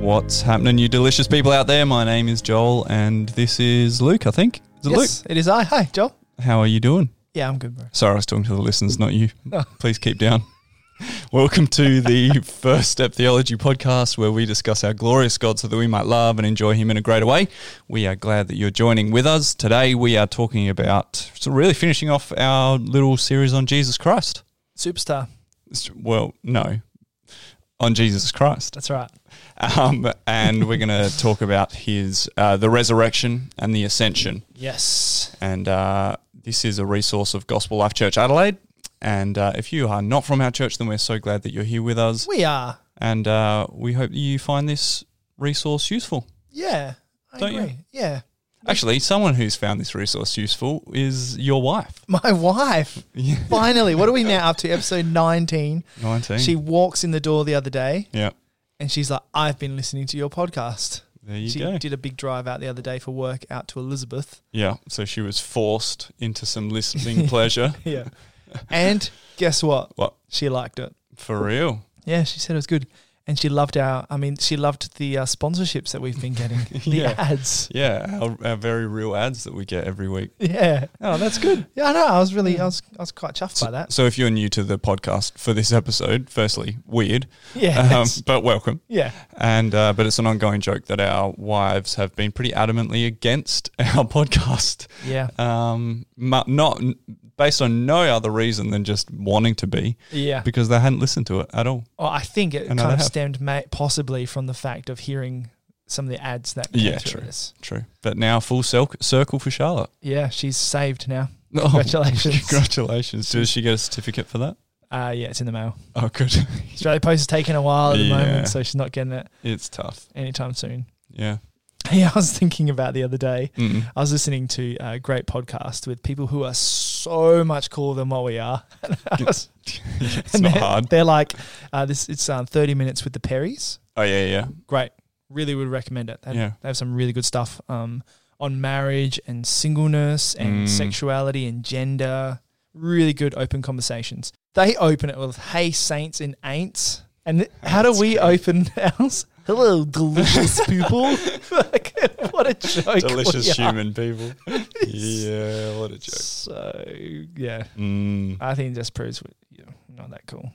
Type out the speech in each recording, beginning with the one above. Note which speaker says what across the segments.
Speaker 1: What's happening, you delicious people out there? My name is Joel, and this is Luke. I think is it
Speaker 2: yes, it is I. Hi, Joel.
Speaker 1: Luke? How are you doing?
Speaker 2: Yeah, I'm good, bro.
Speaker 1: Sorry, I was talking to the listeners, not you.
Speaker 2: No.
Speaker 1: Please keep down. Welcome to the First Step Theology podcast, where we discuss our glorious God so that we might love and enjoy Him in a greater way. We are glad that you're joining with us. Today, we are talking about so really finishing off our little series on Jesus Christ.
Speaker 2: Superstar.
Speaker 1: It's- Well, no, on Jesus Christ.
Speaker 2: That's right.
Speaker 1: um, and we're going to talk about his uh, the resurrection and the ascension.
Speaker 2: Yes.
Speaker 1: And uh, this is a resource of Gospel Life Church Adelaide. And uh, if you are not from our church, then we're so glad that you're here with us.
Speaker 2: We are.
Speaker 1: And uh, we hope that you find this resource useful.
Speaker 2: Yeah. I
Speaker 1: Don't you?
Speaker 2: agree. Yeah.
Speaker 1: Actually, someone who's found this resource useful is your wife.
Speaker 2: My wife.
Speaker 1: Yeah.
Speaker 2: Finally, what are we now up to? Episode 19.
Speaker 1: 19.
Speaker 2: She walks in the door the other day
Speaker 1: yeah,
Speaker 2: and she's like, I've been listening to your podcast.
Speaker 1: there you
Speaker 2: she
Speaker 1: go.
Speaker 2: did a big drive out the other day for work out to Elizabeth.
Speaker 1: Yeah, so she was forced into some listening pleasure.
Speaker 2: Yeah. and guess what?
Speaker 1: What?
Speaker 2: She liked it.
Speaker 1: For real.
Speaker 2: Yeah, she said it was good. And she loved our, I mean, she loved the uh, sponsorships that we've been getting, the
Speaker 1: Yeah.
Speaker 2: ads.
Speaker 1: Yeah, our, our very real ads that we get every week.
Speaker 2: Yeah.
Speaker 1: Oh, that's good.
Speaker 2: Yeah, I know. I was really, I was, I was quite chuffed by that.
Speaker 1: So, if you're new to the podcast for this episode, firstly, weird,
Speaker 2: Yeah,
Speaker 1: um, but welcome.
Speaker 2: yeah,
Speaker 1: And uh, but it's an ongoing joke that our wives have been pretty adamantly against our podcast,
Speaker 2: yeah,
Speaker 1: um, mu- not based on no other reason than just wanting to be,
Speaker 2: yeah.
Speaker 1: because they hadn't listened to it at all.
Speaker 2: Oh, I think it
Speaker 1: I know
Speaker 2: kind
Speaker 1: they
Speaker 2: of
Speaker 1: have.
Speaker 2: stemmed ma- possibly from the fact of hearing some of the ads that came
Speaker 1: Yeah, true.
Speaker 2: through this.
Speaker 1: True. But now full cel- circle for Charlotte.
Speaker 2: Yeah, she's saved now.
Speaker 1: Oh,
Speaker 2: Congratulations.
Speaker 1: congratulations! Does she get a certificate for that?
Speaker 2: uh, yeah, it's in the mail.
Speaker 1: Oh, good.
Speaker 2: Australia Post is taking a while at the
Speaker 1: Yeah.
Speaker 2: moment, so she's not getting it
Speaker 1: it's tough.
Speaker 2: anytime soon.
Speaker 1: Yeah.
Speaker 2: Yeah, I was thinking about the other day.
Speaker 1: Mm.
Speaker 2: I was listening to a great podcast with people who are so much cooler than what we are. I was-
Speaker 1: it's
Speaker 2: and
Speaker 1: not
Speaker 2: they're,
Speaker 1: hard.
Speaker 2: They're like, uh, this. It's um, thirty minutes with the Perrys.
Speaker 1: Oh yeah, yeah.
Speaker 2: great. Really would recommend it. They,
Speaker 1: Yeah.
Speaker 2: they have some really good stuff um, on marriage and singleness and
Speaker 1: Mm.
Speaker 2: sexuality and gender. Really good open conversations. They open it with "Hey saints and ain'ts," and th- how do
Speaker 1: That's
Speaker 2: we
Speaker 1: good.
Speaker 2: open ours? Hello, delicious people. like, what a joke!
Speaker 1: Delicious
Speaker 2: we are.
Speaker 1: human people. yeah, what a joke.
Speaker 2: So yeah,
Speaker 1: Mm,
Speaker 2: I think it just proves we you know, not that cool.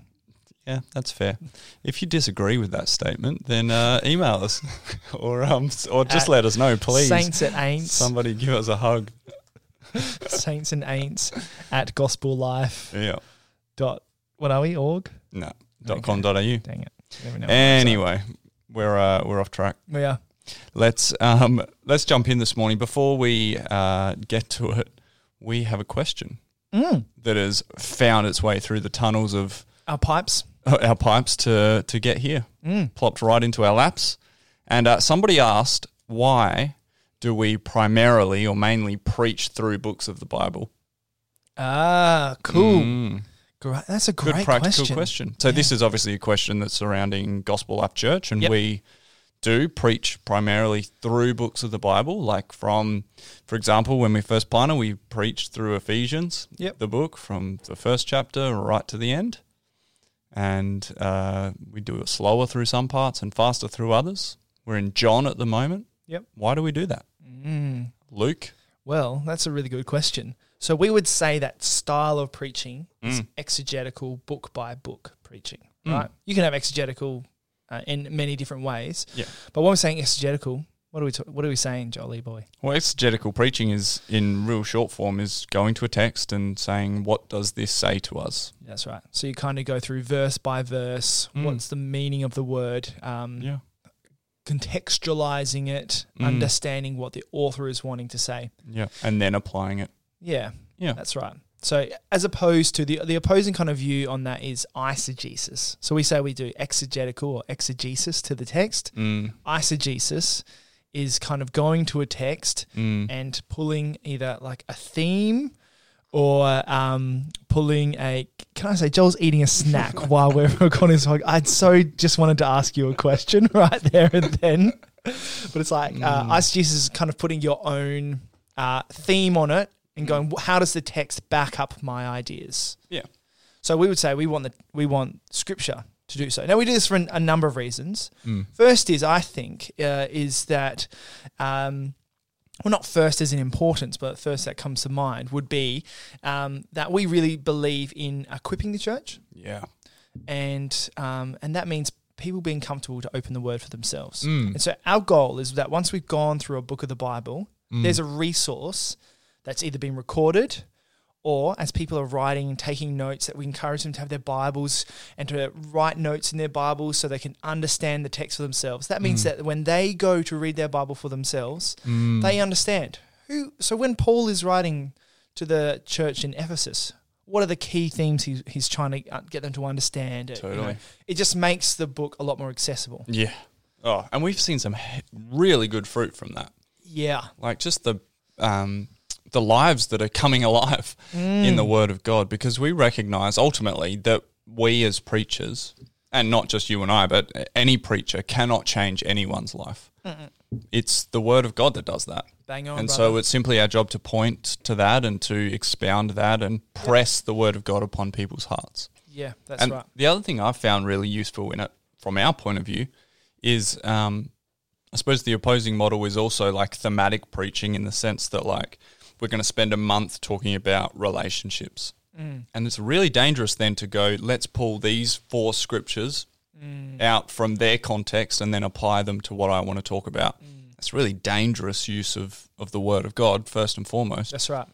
Speaker 1: yeah, that's fair. If you disagree with that statement, then uh, email us or um s- or just
Speaker 2: At
Speaker 1: let us know, please.
Speaker 2: Saints and ain'ts.
Speaker 1: Somebody give us a hug.
Speaker 2: Saints and ain'ts at Gospel Life.
Speaker 1: Yeah.
Speaker 2: dot what are we org?
Speaker 1: No. Dot
Speaker 2: Okay.
Speaker 1: com dot au.
Speaker 2: Dang it! I never know.
Speaker 1: Anyway, we're uh, we're off track.
Speaker 2: we are
Speaker 1: Let's um let's jump in this morning. Before we uh, get to it, we have a question
Speaker 2: mm,
Speaker 1: that has found its way through the tunnels of uh,
Speaker 2: our pipes.
Speaker 1: our pipes to to get here.
Speaker 2: Mm.
Speaker 1: plopped right into our laps. And uh, somebody asked, why do we primarily or mainly preach through books of the Bible?
Speaker 2: Ah, cool.
Speaker 1: Mm.
Speaker 2: Great. That's a
Speaker 1: Good
Speaker 2: great
Speaker 1: practical
Speaker 2: question.
Speaker 1: question. So, this is obviously a question that's surrounding Gospel Up Church, and
Speaker 2: Yep.
Speaker 1: we do preach primarily through books of the Bible. Like, from, for example, when we first planted, we preached through Ephesians,
Speaker 2: Yep.
Speaker 1: the book, from the first chapter right to the end. And uh, we do it slower through some parts and faster through others. We're in John at the moment.
Speaker 2: Yep.
Speaker 1: Why do we do that?
Speaker 2: Mm.
Speaker 1: Luke?
Speaker 2: Well, that's a really good question. So we would say that style of preaching is
Speaker 1: Mm.
Speaker 2: exegetical, book by book preaching.
Speaker 1: Mm.
Speaker 2: Right? You can have exegetical uh, in many different ways.
Speaker 1: Yeah.
Speaker 2: But when we're saying exegetical, what are we ta- what are we saying, Jolie boy?
Speaker 1: Well, exegetical preaching is, in real short form, is going to a text and saying, what does this say to us?
Speaker 2: That's right. So you kind of go through verse by verse.
Speaker 1: Mm.
Speaker 2: What's the meaning of the word? Um,
Speaker 1: Yeah.
Speaker 2: contextualizing it,
Speaker 1: Mm.
Speaker 2: understanding what the author is wanting to say.
Speaker 1: Yeah. And then applying it.
Speaker 2: Yeah,
Speaker 1: Yeah.
Speaker 2: that's right. So as opposed to the the opposing kind of view on that is eisegesis. So we say we do exegetical or exegesis to the text.
Speaker 1: Mm,
Speaker 2: Eisegesis is kind of going to a text
Speaker 1: mm,
Speaker 2: and pulling either like a theme or um, pulling a. Can I say Joel's eating a snack while we're recording this? vlog. I so just wanted to ask you a question right there and then, but it's like
Speaker 1: Mm.
Speaker 2: uh, Ice Jesus is kind of putting your own uh, theme on it and going, "Wh- how does the text back up my ideas?
Speaker 1: Mm. Yeah.
Speaker 2: So we would say we want the we want scripture to do so. Now, we do this for an, a number of reasons.
Speaker 1: Mm.
Speaker 2: First is, I think, uh, is that, um, well, not first as in importance, but first that comes to mind would be um, that we really believe in equipping the church,
Speaker 1: Yeah.
Speaker 2: and um, and that means people being comfortable to open the word for themselves.
Speaker 1: Mm.
Speaker 2: And so our goal is that once we've gone through a book of the Bible,
Speaker 1: Mm.
Speaker 2: there's a resource that's either been recorded or as people are writing and taking notes that we encourage them to have their bibles and to write notes in their bibles so they can understand the text for themselves that means
Speaker 1: Mm.
Speaker 2: that when they go to read their bible for themselves
Speaker 1: Mm.
Speaker 2: they understand who so when paul is writing to the church in ephesus what are the key themes he's, he's trying to uh, get them to understand It, you know,
Speaker 1: Totally.
Speaker 2: it just makes the book a lot more accessible
Speaker 1: Yeah. Oh, and we've seen some he- really good fruit from that.
Speaker 2: yeah
Speaker 1: Like just the um, the lives that are coming alive in
Speaker 2: Mm.
Speaker 1: the Word of God, because we recognize ultimately that we as preachers, and not just you and I, but any preacher cannot change anyone's life. It's the Word of God that does that.
Speaker 2: bang on
Speaker 1: and
Speaker 2: brother.
Speaker 1: so it's simply our job to point to that and to expound that and press the Word of God upon people's hearts
Speaker 2: yeah that's
Speaker 1: and
Speaker 2: right
Speaker 1: the other thing I've found really useful in it, from our point of view, is um, I suppose the opposing model is also like thematic preaching in the sense that like we're going to spend a month talking about relationships,
Speaker 2: Mm.
Speaker 1: and it's really dangerous then to go let's pull these four scriptures
Speaker 2: Mm.
Speaker 1: out from their context and then apply them to what I want to talk about.
Speaker 2: Mm.
Speaker 1: It's really dangerous use of of the Word of God first and foremost.
Speaker 2: That's right.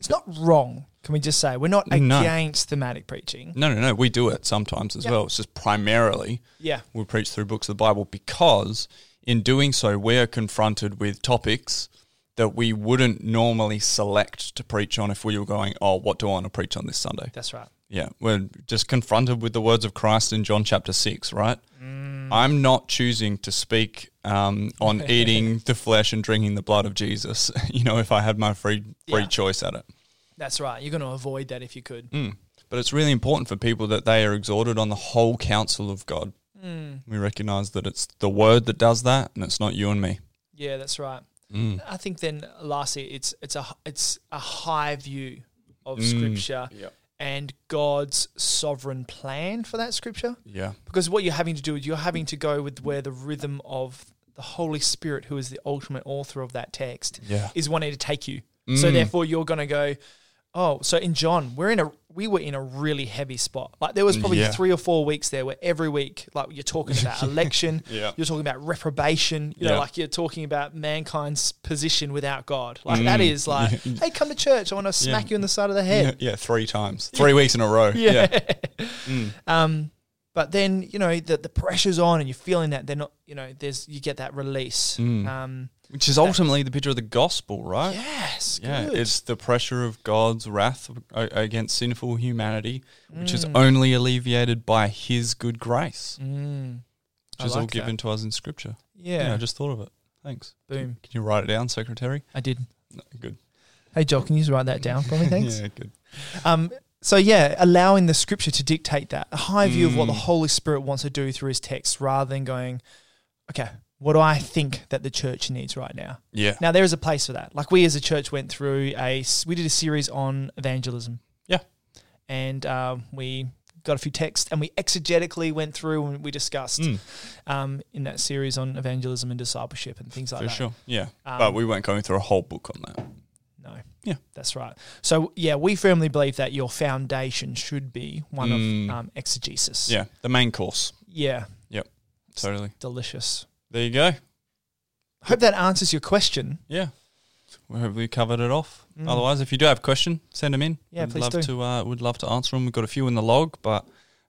Speaker 2: It's not wrong. Can we just say we're not
Speaker 1: No.
Speaker 2: against thematic preaching?
Speaker 1: No, no, no. We do it sometimes as
Speaker 2: Yeah.
Speaker 1: well. It's just primarily
Speaker 2: Yeah,
Speaker 1: we preach through books of the Bible because in doing so, we're confronted with topics that we wouldn't normally select to preach on if we were going, oh, what do I want to preach on this Sunday?
Speaker 2: that's right.
Speaker 1: Yeah, we're just confronted with the words of Christ in John chapter 6, right? I'm not choosing to speak um, on eating the flesh and drinking the blood of Jesus, you know, if I had my free, free
Speaker 2: Yeah.
Speaker 1: choice at it.
Speaker 2: That's right. You're going to avoid that if you could.
Speaker 1: Mm. But it's really important for people that they are exhorted on the whole counsel of God.
Speaker 2: Hmm.
Speaker 1: We recognize that it's the word that does that, and it's not you and me.
Speaker 2: Yeah, that's right.
Speaker 1: Mm.
Speaker 2: I think then lastly, it's it's a it's a high view of
Speaker 1: Mm.
Speaker 2: scripture
Speaker 1: Yeah.
Speaker 2: and God's sovereign plan for that scripture.
Speaker 1: Yeah.
Speaker 2: Because what you're having to do is you're having to go with where the rhythm of the Holy Spirit, who is the ultimate author of that text,
Speaker 1: Yeah. Mm.
Speaker 2: is wanting to take you. So therefore, you're going to go. Oh, so in John, we're in a we were in a really heavy spot. Like there was probably
Speaker 1: Yeah.
Speaker 2: three or four weeks there where every week, like you're talking about election,
Speaker 1: Yeah.
Speaker 2: you're talking about reprobation, you know,
Speaker 1: Yeah.
Speaker 2: like you're talking about mankind's position without God. Like that
Speaker 1: Mm.
Speaker 2: is like, hey, come to church. I want to smack you in the side of the head.
Speaker 1: Yeah, yeah, three times, three weeks in a row. Yeah.
Speaker 2: Um, but then you know the the pressure's on, and you're feeling that they're not. You know, there's you get that release.
Speaker 1: Mm.
Speaker 2: Um,
Speaker 1: Which is ultimately the picture of the gospel, right?
Speaker 2: yes,
Speaker 1: Yeah,
Speaker 2: good.
Speaker 1: it's the pressure of God's wrath a- against sinful humanity, which is
Speaker 2: Hmm.
Speaker 1: only alleviated by His good grace,
Speaker 2: Mm, I
Speaker 1: which is all
Speaker 2: like that.
Speaker 1: given to us in Scripture.
Speaker 2: Yeah,
Speaker 1: I just thought of it. Thanks.
Speaker 2: boom.
Speaker 1: Can you write it down, Secretary?
Speaker 2: I did.
Speaker 1: No, good.
Speaker 2: Hey, Joel, can you just write that down for me? Thanks.
Speaker 1: Yeah, good.
Speaker 2: Um, so yeah, allowing the scripture to dictate that a high view of what the
Speaker 1: Mm.
Speaker 2: Holy Spirit wants to do through His text, rather than going, okay, what do I think that the church needs right now?
Speaker 1: Yeah.
Speaker 2: Now there is a place for that. Like we as a church went through a s- we did a series on evangelism.
Speaker 1: Yeah.
Speaker 2: and um, we got a few texts and we exegetically went through and we discussed
Speaker 1: Mm,
Speaker 2: um, in that series on evangelism and discipleship and things like
Speaker 1: for
Speaker 2: that.
Speaker 1: sure. Yeah.
Speaker 2: Um,
Speaker 1: but we weren't going through a whole book on that.
Speaker 2: No.
Speaker 1: Yeah.
Speaker 2: That's right. So, yeah, we firmly believe that your foundation should be one
Speaker 1: Mm.
Speaker 2: of um, exegesis.
Speaker 1: Yeah. The main course.
Speaker 2: Yeah.
Speaker 1: Totally.
Speaker 2: Delicious.
Speaker 1: There you go.
Speaker 2: Hope that answers your question.
Speaker 1: Yeah. We hope we covered it off.
Speaker 2: Mm.
Speaker 1: Otherwise, if you do have a question, send them in.
Speaker 2: Yeah,
Speaker 1: We'd
Speaker 2: please
Speaker 1: love
Speaker 2: do.
Speaker 1: To, uh, we'd love to answer them. We've got a few in the log, but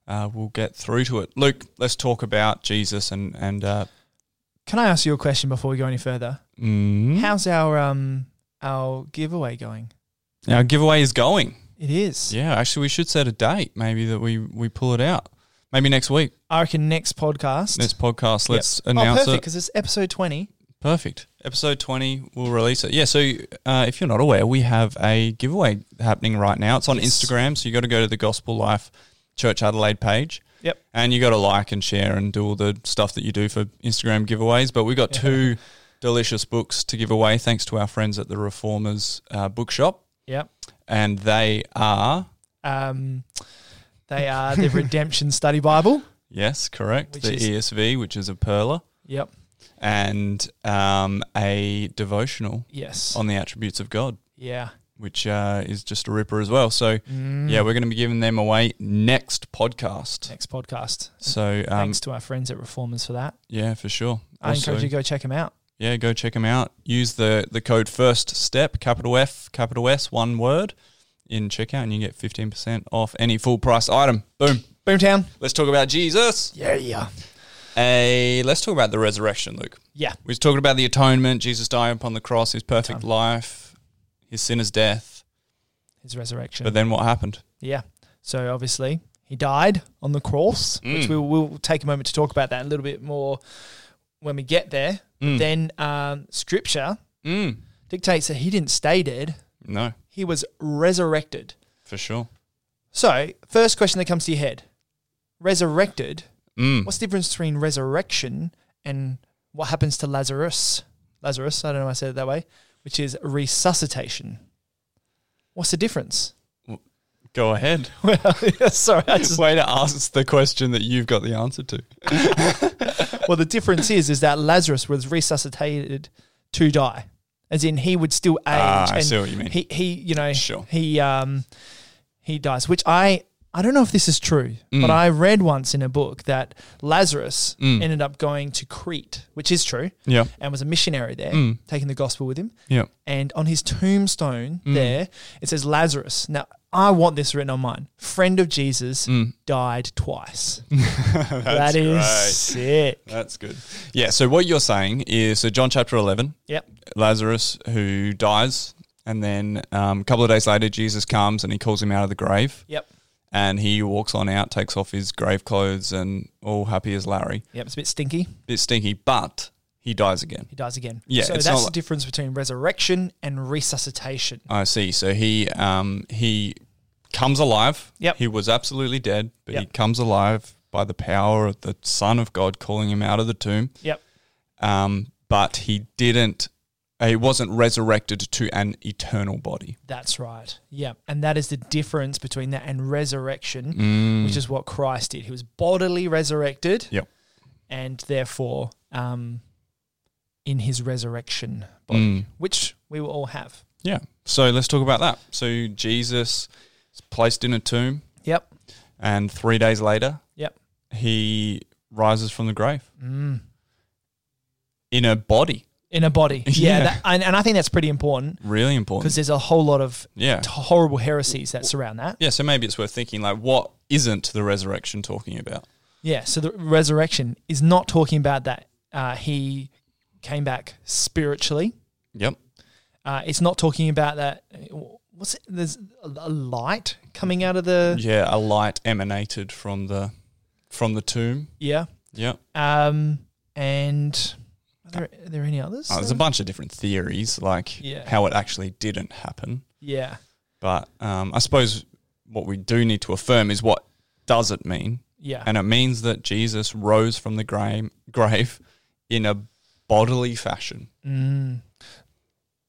Speaker 1: uh, we'll get through to it. Luke, let's talk about Jesus and and uh,
Speaker 2: Can I ask you a question before we go any further?
Speaker 1: mm,
Speaker 2: How's our um our giveaway going?
Speaker 1: our giveaway is going.
Speaker 2: It is.
Speaker 1: Yeah, actually, we should set a date. Maybe that we we pull it out. Maybe next week,
Speaker 2: I reckon next podcast.
Speaker 1: next podcast.
Speaker 2: Yep.
Speaker 1: Let's
Speaker 2: oh,
Speaker 1: announce
Speaker 2: perfect,
Speaker 1: it.
Speaker 2: because it's episode 20.
Speaker 1: Perfect. Episode twenty, we'll release it. Yeah. So uh, if you're not aware, we have a giveaway happening right now. It's on
Speaker 2: Yes.
Speaker 1: Instagram, so you got to go to the Gospel Life Church Adelaide page.
Speaker 2: Yep.
Speaker 1: And you got to like and share and do all the stuff that you do for Instagram giveaways. But we got
Speaker 2: Yeah.
Speaker 1: two delicious books to give away thanks to our friends at the Reformers uh, Bookshop.
Speaker 2: Yep.
Speaker 1: And they are
Speaker 2: Um, they are the Redemption Study Bible
Speaker 1: Yes, correct.
Speaker 2: Which
Speaker 1: the
Speaker 2: is-
Speaker 1: ESV, which is a perla,
Speaker 2: Yep.
Speaker 1: and um, a devotional
Speaker 2: Yes.
Speaker 1: on the attributes of God,
Speaker 2: yeah.
Speaker 1: which uh, is just a ripper as well. So,
Speaker 2: Mm.
Speaker 1: yeah, we're going to be giving them away next podcast.
Speaker 2: Next podcast.
Speaker 1: So, um,
Speaker 2: Thanks to our friends at Reformers for that.
Speaker 1: yeah, for sure.
Speaker 2: I
Speaker 1: Also-
Speaker 2: encourage you to go check them out.
Speaker 1: yeah, go check them out. Use the the code first step capital F capital S one word in checkout, and you get fifteen percent off any full price item. Boom.
Speaker 2: Boomtown.
Speaker 1: Let's talk about Jesus.
Speaker 2: Yeah, yeah.
Speaker 1: Hey, let's talk about the resurrection, Luke.
Speaker 2: Yeah.
Speaker 1: We was talking about the atonement, Jesus dying upon the cross, his perfect life, his sinner's death.
Speaker 2: His resurrection.
Speaker 1: But then what happened?
Speaker 2: yeah. So obviously he died on the cross, which
Speaker 1: Mm.
Speaker 2: we'll, we'll take a moment to talk about that a little bit more when we get there.
Speaker 1: Mm.
Speaker 2: Then um, scripture
Speaker 1: Mm.
Speaker 2: dictates that he didn't stay dead.
Speaker 1: No,
Speaker 2: He was resurrected.
Speaker 1: for sure.
Speaker 2: So, first question that comes to your head resurrected.
Speaker 1: Mm.
Speaker 2: What's the difference between resurrection and what happens to Lazarus? Lazarus, I don't know why I said it that way, which is resuscitation. What's the difference?
Speaker 1: Go ahead.
Speaker 2: Well, sorry. I just,
Speaker 1: Way to ask the question that you've got the answer to.
Speaker 2: well, the difference is is that Lazarus was resuscitated to die, as in he would still age.
Speaker 1: Ah, I
Speaker 2: and
Speaker 1: see what you mean.
Speaker 2: He, he, you know,
Speaker 1: Sure.
Speaker 2: he um, he dies. Which I I don't know if this is true,
Speaker 1: Mm.
Speaker 2: but I read once in a book that Lazarus
Speaker 1: Mm.
Speaker 2: ended up going to Crete, which is true,
Speaker 1: yeah.
Speaker 2: and was a missionary there,
Speaker 1: Mm.
Speaker 2: taking the gospel with him.
Speaker 1: Yeah.
Speaker 2: And on his tombstone
Speaker 1: Mm.
Speaker 2: there, it says Lazarus. Now, I want this written on mine. Friend of Jesus died twice.
Speaker 1: Mm. That's
Speaker 2: That is
Speaker 1: great.
Speaker 2: sick.
Speaker 1: That's good. Yeah. So what you're saying is, so John chapter eleven,
Speaker 2: Yep.
Speaker 1: Lazarus who dies, and then um, a couple of days later, Jesus comes and he calls him out of the grave,
Speaker 2: Yep.
Speaker 1: and he walks on out, takes off his grave clothes, and all happy as Larry.
Speaker 2: Yep. It's a bit stinky.
Speaker 1: Bit stinky, but he dies again.
Speaker 2: He dies again.
Speaker 1: Yeah,
Speaker 2: So
Speaker 1: it's
Speaker 2: that's
Speaker 1: not
Speaker 2: the
Speaker 1: like-
Speaker 2: difference between resurrection and resuscitation.
Speaker 1: I see. So he um, he comes alive.
Speaker 2: Yep.
Speaker 1: He was absolutely dead, but he
Speaker 2: Yep.
Speaker 1: comes alive by the power of the Son of God calling him out of the tomb.
Speaker 2: Yep.
Speaker 1: um, but he didn't. He wasn't resurrected to an eternal body.
Speaker 2: That's right. Yeah. And that is the difference between that and resurrection, Mm. which is what Christ did. He was bodily resurrected.
Speaker 1: Yep.
Speaker 2: And therefore, um, in his resurrection body,
Speaker 1: Mm.
Speaker 2: which we will all have.
Speaker 1: Yeah. So let's talk about that. So Jesus is placed in a tomb,
Speaker 2: Yep.
Speaker 1: and three days later,
Speaker 2: Yep.
Speaker 1: he rises from the grave
Speaker 2: Mm.
Speaker 1: in a body.
Speaker 2: In a body. Yeah.
Speaker 1: Yeah.
Speaker 2: that- and, and I think that's pretty important
Speaker 1: Really
Speaker 2: because
Speaker 1: important.
Speaker 2: there's a whole lot of
Speaker 1: Yeah.
Speaker 2: horrible heresies that surround that.
Speaker 1: Yeah. So maybe it's worth thinking like, what isn't the resurrection talking about?
Speaker 2: Yeah, so the resurrection is not talking about that uh, he came back spiritually.
Speaker 1: Yep.
Speaker 2: Uh, it's not talking about that. uh, What's it? There's a a light coming out of the
Speaker 1: Yeah. A light emanated from the from the tomb.
Speaker 2: yeah.
Speaker 1: Yep. Uh,
Speaker 2: Um, and are there, are there any others?
Speaker 1: Oh, there's a bunch of different theories, like
Speaker 2: Yeah.
Speaker 1: how it actually didn't happen.
Speaker 2: yeah,
Speaker 1: But um, I suppose what we do need to affirm is what does it mean?
Speaker 2: yeah,
Speaker 1: And it means that Jesus rose from the grave, grave in a bodily fashion.
Speaker 2: Mm.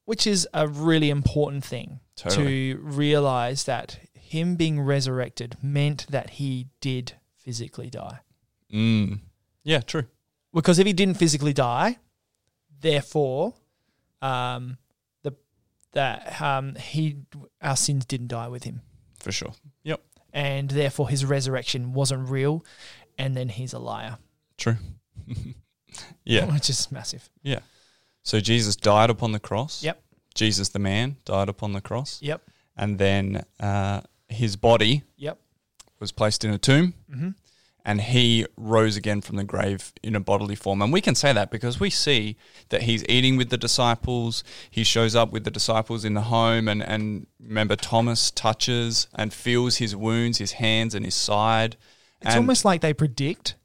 Speaker 2: which is a really important thing
Speaker 1: Totally.
Speaker 2: to realize that him being resurrected meant that he did physically die.
Speaker 1: Mm. Yeah, true.
Speaker 2: because if he didn't physically die, therefore, um, the that um, he our sins didn't die with him,
Speaker 1: For sure. Yep.
Speaker 2: and therefore his resurrection wasn't real, and then he's a liar,
Speaker 1: True. yeah.
Speaker 2: which is massive.
Speaker 1: Yeah. So Jesus died upon the cross.
Speaker 2: Yep.
Speaker 1: Jesus, the man, died upon the cross.
Speaker 2: Yep,
Speaker 1: And then uh, his body
Speaker 2: yep,
Speaker 1: was placed in a tomb.
Speaker 2: Mm-hmm.
Speaker 1: And he rose again from the grave in a bodily form. And we can say that because we see that he's eating with the disciples. He shows up with the disciples in the home. And, and remember, Thomas touches and feels his wounds, his hands, and his side.
Speaker 2: it's
Speaker 1: and
Speaker 2: almost like they predict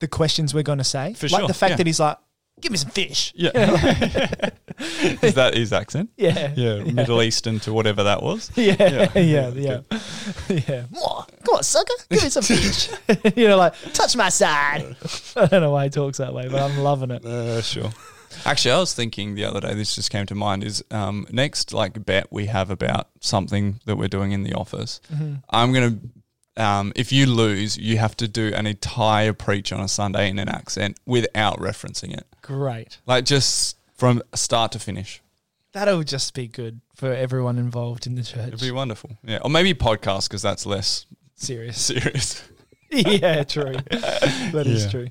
Speaker 2: the questions we're going to say,
Speaker 1: For
Speaker 2: like
Speaker 1: sure,
Speaker 2: the fact
Speaker 1: yeah.
Speaker 2: that he's like, "Give me some fish,"
Speaker 1: Yeah. Is that his accent?
Speaker 2: yeah,
Speaker 1: Yeah, Middle Eastern to whatever that was.
Speaker 2: Yeah, yeah, yeah, yeah. Mwah. Come on, sucker, give me some fish. you know, like touch my side. I don't know why he talks that way, but I'm loving it.
Speaker 1: Uh, sure. Actually, I was thinking the other day. This just came to mind. Is um, next like bet we have about something that we're doing in the office. I'm gonna um, if you lose, you have to do an entire preach on a Sunday in an accent without referencing it,
Speaker 2: Great.
Speaker 1: like just from start to finish.
Speaker 2: That'll just be good for everyone involved in the church.
Speaker 1: It'd be wonderful. Yeah, or maybe podcast because that's less
Speaker 2: Serious.
Speaker 1: serious.
Speaker 2: yeah, true. That is
Speaker 1: Yeah.
Speaker 2: true.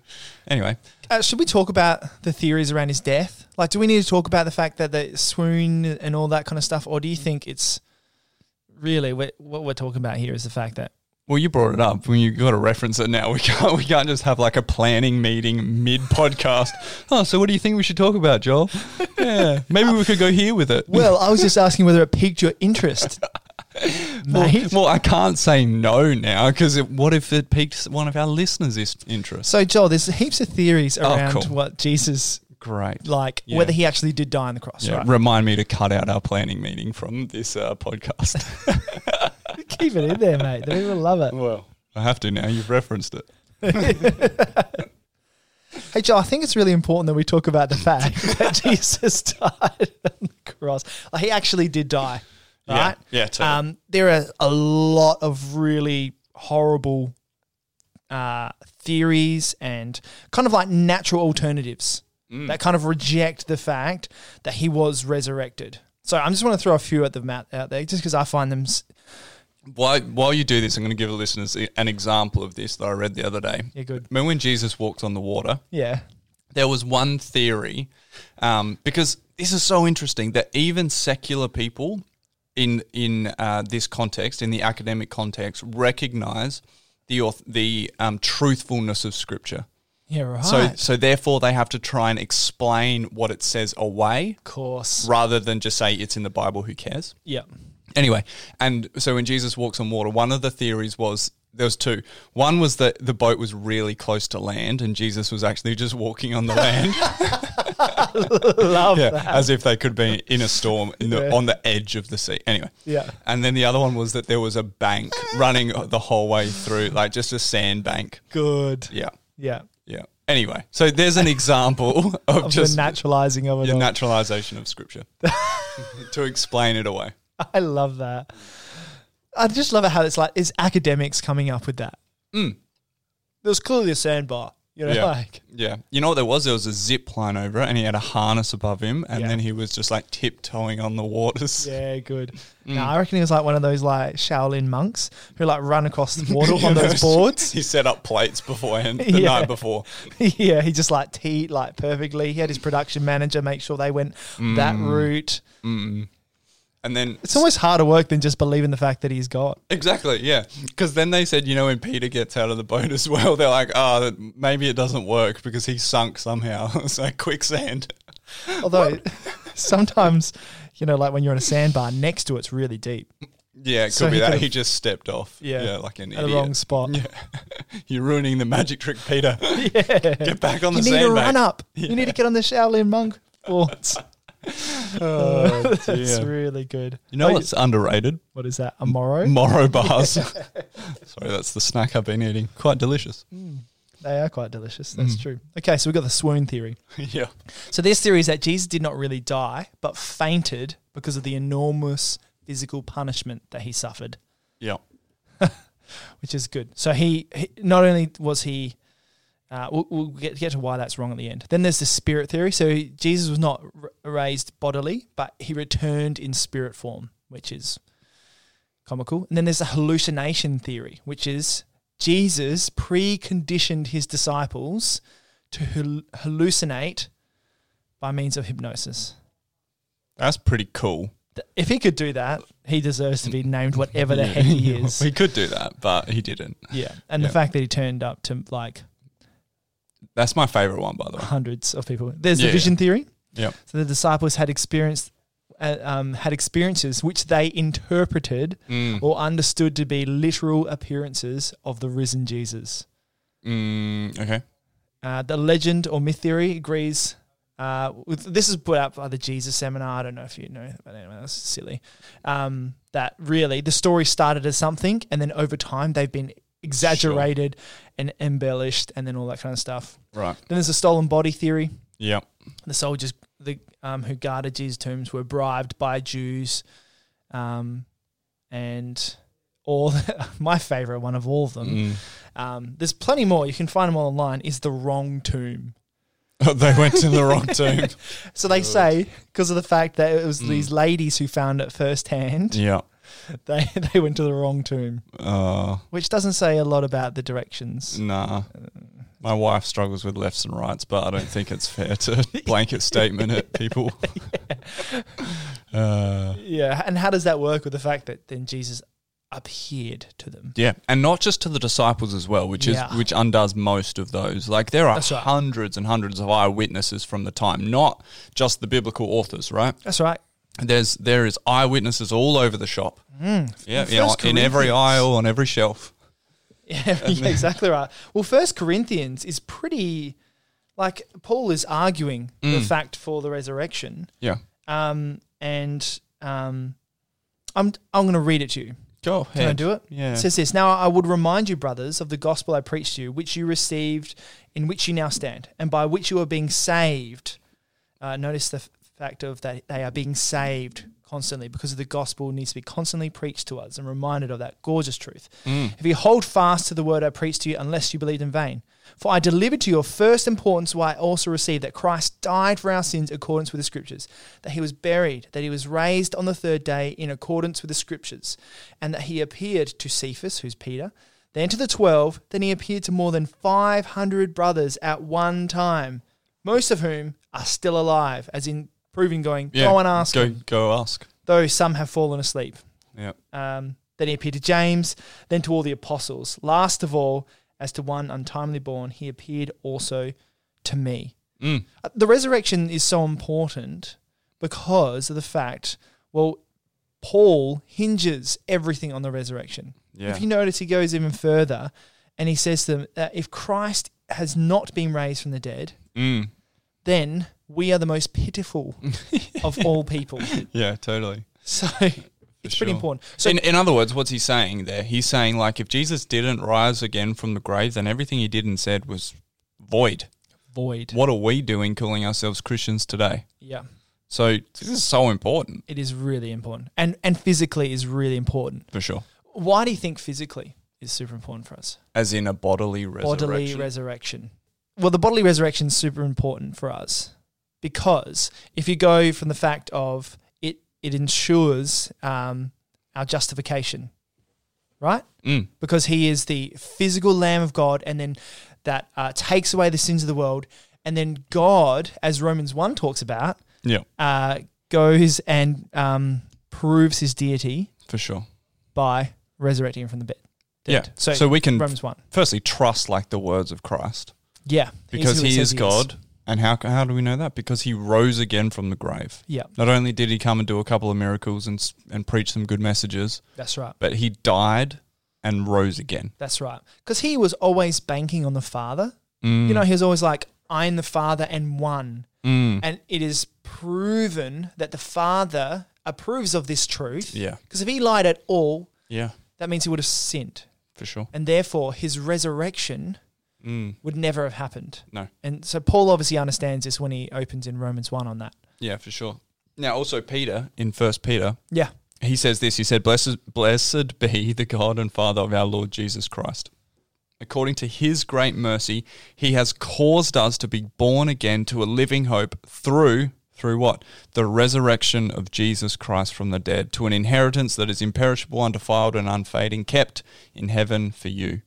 Speaker 1: anyway,
Speaker 2: Uh, should we talk about the theories around his death? Like, do we need to talk about the fact that the swoon and all that kind of stuff, or do you think it's really we what we're talking about here is the fact that
Speaker 1: well, you brought it up. When you got to reference it now, we can't. We can't just have like a planning meeting mid podcast. oh, so what do you think we should talk about, Joel? Yeah, maybe we could go here with it.
Speaker 2: Well, I was just asking whether it piqued your interest,
Speaker 1: Well,
Speaker 2: mate.
Speaker 1: well, I can't say no now because what if it piqued one of our listeners' is- interest?
Speaker 2: So, Joel, there's heaps of theories
Speaker 1: Oh,
Speaker 2: around
Speaker 1: cool.
Speaker 2: what Jesus
Speaker 1: Great.
Speaker 2: like,
Speaker 1: Yeah.
Speaker 2: whether he actually did die on the cross.
Speaker 1: Yeah,
Speaker 2: Right?
Speaker 1: Remind me to cut out our planning meeting from this uh, podcast.
Speaker 2: Keep it in there, mate. The people love it.
Speaker 1: well, I have to now. You've referenced it.
Speaker 2: Hey, Joel, I think it's really important that we talk about the fact that Jesus died on the cross. Like, he actually did die, right?
Speaker 1: Yeah. yeah totally.
Speaker 2: Um, there are a lot of really horrible uh, theories and kind of like natural alternatives
Speaker 1: Mm.
Speaker 2: that kind of reject the fact that he was resurrected. So I'm just want to throw a few at the mat out there, just because I find them. s-
Speaker 1: while, while you do this, I'm going to give the listeners i- an example of this that I read the other day.
Speaker 2: Yeah, good.
Speaker 1: Remember when Jesus walked on the water?
Speaker 2: Yeah,
Speaker 1: there was one theory um, because this is so interesting that even secular people in in uh, this context in the academic context recognize the auth- the um, truthfulness of scripture
Speaker 2: yeah, right.
Speaker 1: so so therefore they have to try and explain what it says away
Speaker 2: of course.
Speaker 1: rather than just say it's in the bible who cares
Speaker 2: Yeah.
Speaker 1: Anyway, and so when Jesus walks on water, one of the theories was there was two. One was that the boat was really close to land, and Jesus was actually just walking on the land.
Speaker 2: Love
Speaker 1: yeah,
Speaker 2: that.
Speaker 1: as if they could be in a storm in the,
Speaker 2: Yeah.
Speaker 1: on the edge of the sea. Anyway,
Speaker 2: Yeah.
Speaker 1: And then the other one was that there was a bank running the whole way through, like just a sand bank.
Speaker 2: Good.
Speaker 1: Yeah,
Speaker 2: Yeah.
Speaker 1: yeah. Anyway, so there's an example of,
Speaker 2: Of
Speaker 1: just
Speaker 2: the naturalizing of it
Speaker 1: the
Speaker 2: all.
Speaker 1: naturalization of scripture to explain it away.
Speaker 2: I love that. I just love it how it's like it's academics coming up with that.
Speaker 1: Mm.
Speaker 2: There was clearly a sandbar, you know,
Speaker 1: Yeah.
Speaker 2: like
Speaker 1: Yeah. You know what there was? There was a zip line over it and he had a harness above him and
Speaker 2: Yeah.
Speaker 1: then he was just like tiptoeing on the waters.
Speaker 2: yeah, good. No, I reckon he was like one of those like Shaolin monks who like run across the water on those boards.
Speaker 1: He set up plates beforehand the
Speaker 2: Yeah.
Speaker 1: night before.
Speaker 2: yeah, he just like teed like perfectly. He had his production manager make sure they went that route.
Speaker 1: And then
Speaker 2: It's almost harder work than just believing the fact that he's God.
Speaker 1: Exactly, yeah. Because then they said, you know, when Peter gets out of the boat as well, they're like, oh, that- maybe it doesn't work because he sunk somehow. it's like quicksand.
Speaker 2: Although sometimes, you know, like when you're in a sandbar next to it's really deep.
Speaker 1: Yeah, it could
Speaker 2: So
Speaker 1: be
Speaker 2: he
Speaker 1: that.
Speaker 2: could've-
Speaker 1: He just stepped off.
Speaker 2: Yeah,
Speaker 1: like an
Speaker 2: at
Speaker 1: idiot.
Speaker 2: the wrong spot.
Speaker 1: Yeah. You're ruining the magic trick, Peter.
Speaker 2: Yeah.
Speaker 1: Get back on
Speaker 2: you
Speaker 1: the
Speaker 2: need
Speaker 1: sand.
Speaker 2: a run up.
Speaker 1: Yeah.
Speaker 2: You need to get on the Shaolin monk boards.
Speaker 1: Oh,
Speaker 2: That's
Speaker 1: dear.
Speaker 2: really good.
Speaker 1: You know Mm.
Speaker 2: Oh,
Speaker 1: what's underrated?
Speaker 2: What is that? A morrow?
Speaker 1: Morrow bars. Sorry, that's the snack I've been eating. Quite delicious.
Speaker 2: They are quite delicious. That's
Speaker 1: Mm.
Speaker 2: true. Okay, so we've got the swoon theory.
Speaker 1: yeah.
Speaker 2: So this theory is that Jesus did not really die, but fainted because of the enormous physical punishment that he suffered,
Speaker 1: Yeah.
Speaker 2: which is good. So he, he not only was he. Uh, we'll we'll get, get to why that's wrong at the end. Then there's the spirit theory. So Jesus was not r- raised bodily, but he returned in spirit form, which is comical. And then there's the hallucination theory, which is Jesus preconditioned his disciples to hal- hallucinate by means of hypnosis.
Speaker 1: That's pretty cool.
Speaker 2: Th- If he could do that, he deserves to be named whatever the heck he is.
Speaker 1: We could do that, but he didn't.
Speaker 2: Yeah. And
Speaker 1: Yeah.
Speaker 2: the fact that he turned up to like
Speaker 1: That's my favorite one, by the way.
Speaker 2: hundreds of people. There's
Speaker 1: Yeah.
Speaker 2: the vision theory.
Speaker 1: Yep.
Speaker 2: So the disciples had experienced uh, um, had experiences which they interpreted
Speaker 1: Mm.
Speaker 2: or understood to be literal appearances of the risen Jesus.
Speaker 1: Mm, okay.
Speaker 2: Uh, the legend or myth theory agrees. Uh, with, this is put out by the Jesus Seminar. I don't know if you know, but anyway, that's silly. Um, that really the story started as something, and then over time they've been exaggerated and embellished, and then all that kind of stuff.
Speaker 1: Right.
Speaker 2: Then there's the stolen body theory.
Speaker 1: Yeah.
Speaker 2: The soldiers the, um, who guarded Jesus' tombs were bribed by Jews, um, and all my favorite one of all of them.
Speaker 1: Mm.
Speaker 2: Um, there's plenty more. You can find them all online. Is the wrong tomb.
Speaker 1: they went to the wrong tomb.
Speaker 2: So they say because of the fact that it was
Speaker 1: Mm.
Speaker 2: these ladies who found it firsthand,
Speaker 1: Yeah.
Speaker 2: they they went to the wrong tomb,
Speaker 1: Uh,
Speaker 2: which doesn't say a lot about the directions.
Speaker 1: nah. My wife struggles with lefts and rights, but I don't think it's fair to blanket statement at people. Uh,
Speaker 2: Yeah, and how does that work with the fact that then Jesus appeared to them?
Speaker 1: yeah, and not just to the disciples as well, which is
Speaker 2: Yeah.
Speaker 1: which undoes most of those. Like there are
Speaker 2: That's right.
Speaker 1: hundreds and hundreds of eyewitnesses from the time, not just the biblical authors, right?
Speaker 2: That's right.
Speaker 1: There's there is eyewitnesses all over the shop. Yeah, you know,
Speaker 2: Mm. First
Speaker 1: in every
Speaker 2: Corinthians.
Speaker 1: aisle, on every shelf.
Speaker 2: Yeah, yeah, exactly right. Well, First Corinthians is pretty like Paul is arguing the fact for the resurrection,
Speaker 1: Yeah.
Speaker 2: um, and um, I'm I'm going to read it to you.
Speaker 1: Go
Speaker 2: Can I do it?
Speaker 1: Yeah.
Speaker 2: It says this Now I would remind you, brothers, of the gospel I preached to you, which you received, in which you now stand, and by which you are being saved. Uh, notice the f- fact of that they are being saved constantly because the gospel needs to be constantly preached to us and reminded of that gorgeous truth. If you hold fast to the word I preached to you, unless you believed in vain. For I delivered to you of first importance why I also received that Christ died for our sins in accordance with the Scriptures, that he was buried, that he was raised on the third day in accordance with the Scriptures, and that he appeared to Cephas, who's Peter, then to the twelve, then he appeared to more than 500 brothers at one time, most of whom are still alive, as in proving going,
Speaker 1: Yeah.
Speaker 2: go and ask
Speaker 1: Go,
Speaker 2: them,
Speaker 1: go ask.
Speaker 2: though some have fallen asleep
Speaker 1: Yeah.
Speaker 2: um, then he appeared to James, then to all the apostles. Last of all, as to one untimely born, he appeared also to me.
Speaker 1: Mm.
Speaker 2: Uh, The resurrection is so important because of the fact, well, Paul hinges everything on the resurrection.
Speaker 1: Yeah.
Speaker 2: If you notice, he goes even further and he says to them that if Christ has not been raised from the dead,
Speaker 1: Mm.
Speaker 2: then we are the most pitiful of all people.
Speaker 1: Yeah, totally.
Speaker 2: So it's
Speaker 1: sure.
Speaker 2: pretty important. So
Speaker 1: in, in other words, what's he saying there? He's saying, like, if Jesus didn't rise again from the grave, then everything he did and said was void.
Speaker 2: void.
Speaker 1: What are we doing calling ourselves Christians today?
Speaker 2: Yeah.
Speaker 1: So this is so important
Speaker 2: It is really important. And and physically is really important.
Speaker 1: for sure.
Speaker 2: Why do you think physically is super important for us?
Speaker 1: As in a bodily resurrection.
Speaker 2: Bodily resurrection. Well, the bodily resurrection is super important for us because if you go from the fact of it, it ensures um, our justification, right?
Speaker 1: Mm.
Speaker 2: Because he is the physical Lamb of God and then that uh, takes away the sins of the world. And then God, as Romans 1 talks about,
Speaker 1: Yeah,
Speaker 2: uh, goes and um, proves his deity
Speaker 1: for sure.
Speaker 2: by resurrecting him from the bed.
Speaker 1: Yeah.
Speaker 2: dead.
Speaker 1: So,
Speaker 2: So,
Speaker 1: we can
Speaker 2: Romans 1.
Speaker 1: firstly trust like the words of Christ
Speaker 2: Yeah. he's
Speaker 1: because
Speaker 2: who
Speaker 1: he
Speaker 2: says
Speaker 1: is God. And how, how do we know that? Because he rose again from the grave.
Speaker 2: Yeah,
Speaker 1: Not only did he come and do a couple of miracles and, s- and preach some good messages,
Speaker 2: that's right.
Speaker 1: but he died and rose again.
Speaker 2: That's right. Because he was always banking on the Father.
Speaker 1: Mm.
Speaker 2: You know, he was always like, I am the Father and one.
Speaker 1: Mm.
Speaker 2: And it is proven that the Father approves of this truth.
Speaker 1: Yeah.
Speaker 2: Because if he lied at all,
Speaker 1: Yeah,
Speaker 2: that means he would have sinned.
Speaker 1: for sure.
Speaker 2: And therefore, his resurrection
Speaker 1: Mm.
Speaker 2: would never have happened.
Speaker 1: No.
Speaker 2: And so Paul obviously understands this when he opens in Romans 1 on that.
Speaker 1: Yeah, for sure. Now, also Peter in First Peter,
Speaker 2: Yeah.
Speaker 1: he says this. He said, "Blessed, blessed be the God and Father of our Lord Jesus Christ. According to His great mercy, He has caused us to be born again to a living hope through." Through what? The resurrection of Jesus Christ from the dead to an inheritance that is imperishable, undefiled, and unfading, kept in heaven for you.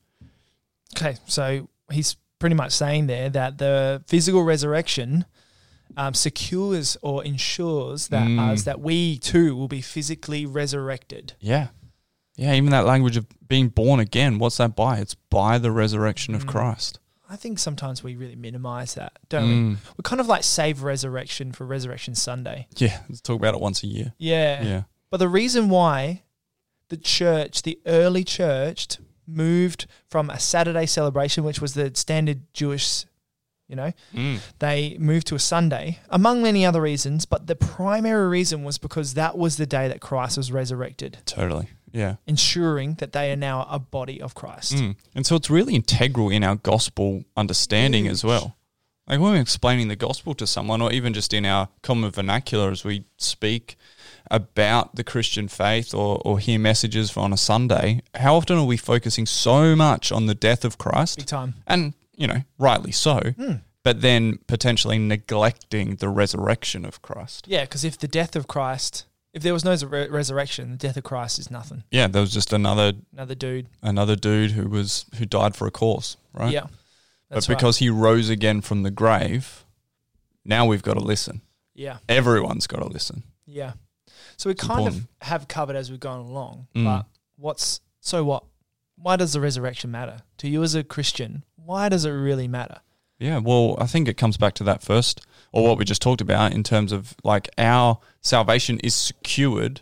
Speaker 2: Okay, so he's pretty much saying there that the physical resurrection um, secures or ensures that
Speaker 1: Mm.
Speaker 2: us that we too will be physically resurrected.
Speaker 1: Yeah. Yeah, even that language of being born again, what's that by? It's by the resurrection of Christ.
Speaker 2: I think sometimes we really minimize that, don't we?
Speaker 1: Mm.
Speaker 2: We kind of like save resurrection for Resurrection Sunday.
Speaker 1: Yeah, let's talk about it once a year.
Speaker 2: Yeah.
Speaker 1: Yeah.
Speaker 2: But the reason why the church, the early church, moved from a Saturday celebration, which was the standard Jewish, you know, they moved to a Sunday, among many other reasons, but the primary reason was because that was the day that Christ was resurrected,
Speaker 1: Totally. Yeah.
Speaker 2: ensuring that they are now a
Speaker 1: Mm.
Speaker 2: body of Christ.
Speaker 1: And so it's really integral in our gospel understanding as well. Like when we're explaining the gospel to someone, or even just in our common vernacular as we speak about the Christian faith or, or hear messages on a Sunday, how often are we focusing so much on the death of
Speaker 2: Big
Speaker 1: Christ?
Speaker 2: time. Mm.
Speaker 1: And, you know, rightly so, but then potentially neglecting the resurrection of Christ.
Speaker 2: Yeah, because if the death of Christ, if there was no re- resurrection, the death of Christ is nothing.
Speaker 1: Yeah, there was just another
Speaker 2: Another dude.
Speaker 1: another dude who was who died for a cause, right?
Speaker 2: Yeah.
Speaker 1: but
Speaker 2: That's right.
Speaker 1: because he rose again from the grave, now we've got to listen.
Speaker 2: Yeah.
Speaker 1: Everyone's got to listen.
Speaker 2: Yeah. So we
Speaker 1: It's
Speaker 2: kind
Speaker 1: important.
Speaker 2: of have covered as we've gone along,
Speaker 1: Mm.
Speaker 2: but what's so what? Why does the resurrection matter to you as a Christian? Why does it really matter?
Speaker 1: Yeah, well, I think it comes back to that first, or what we just talked about in terms of like our salvation is secured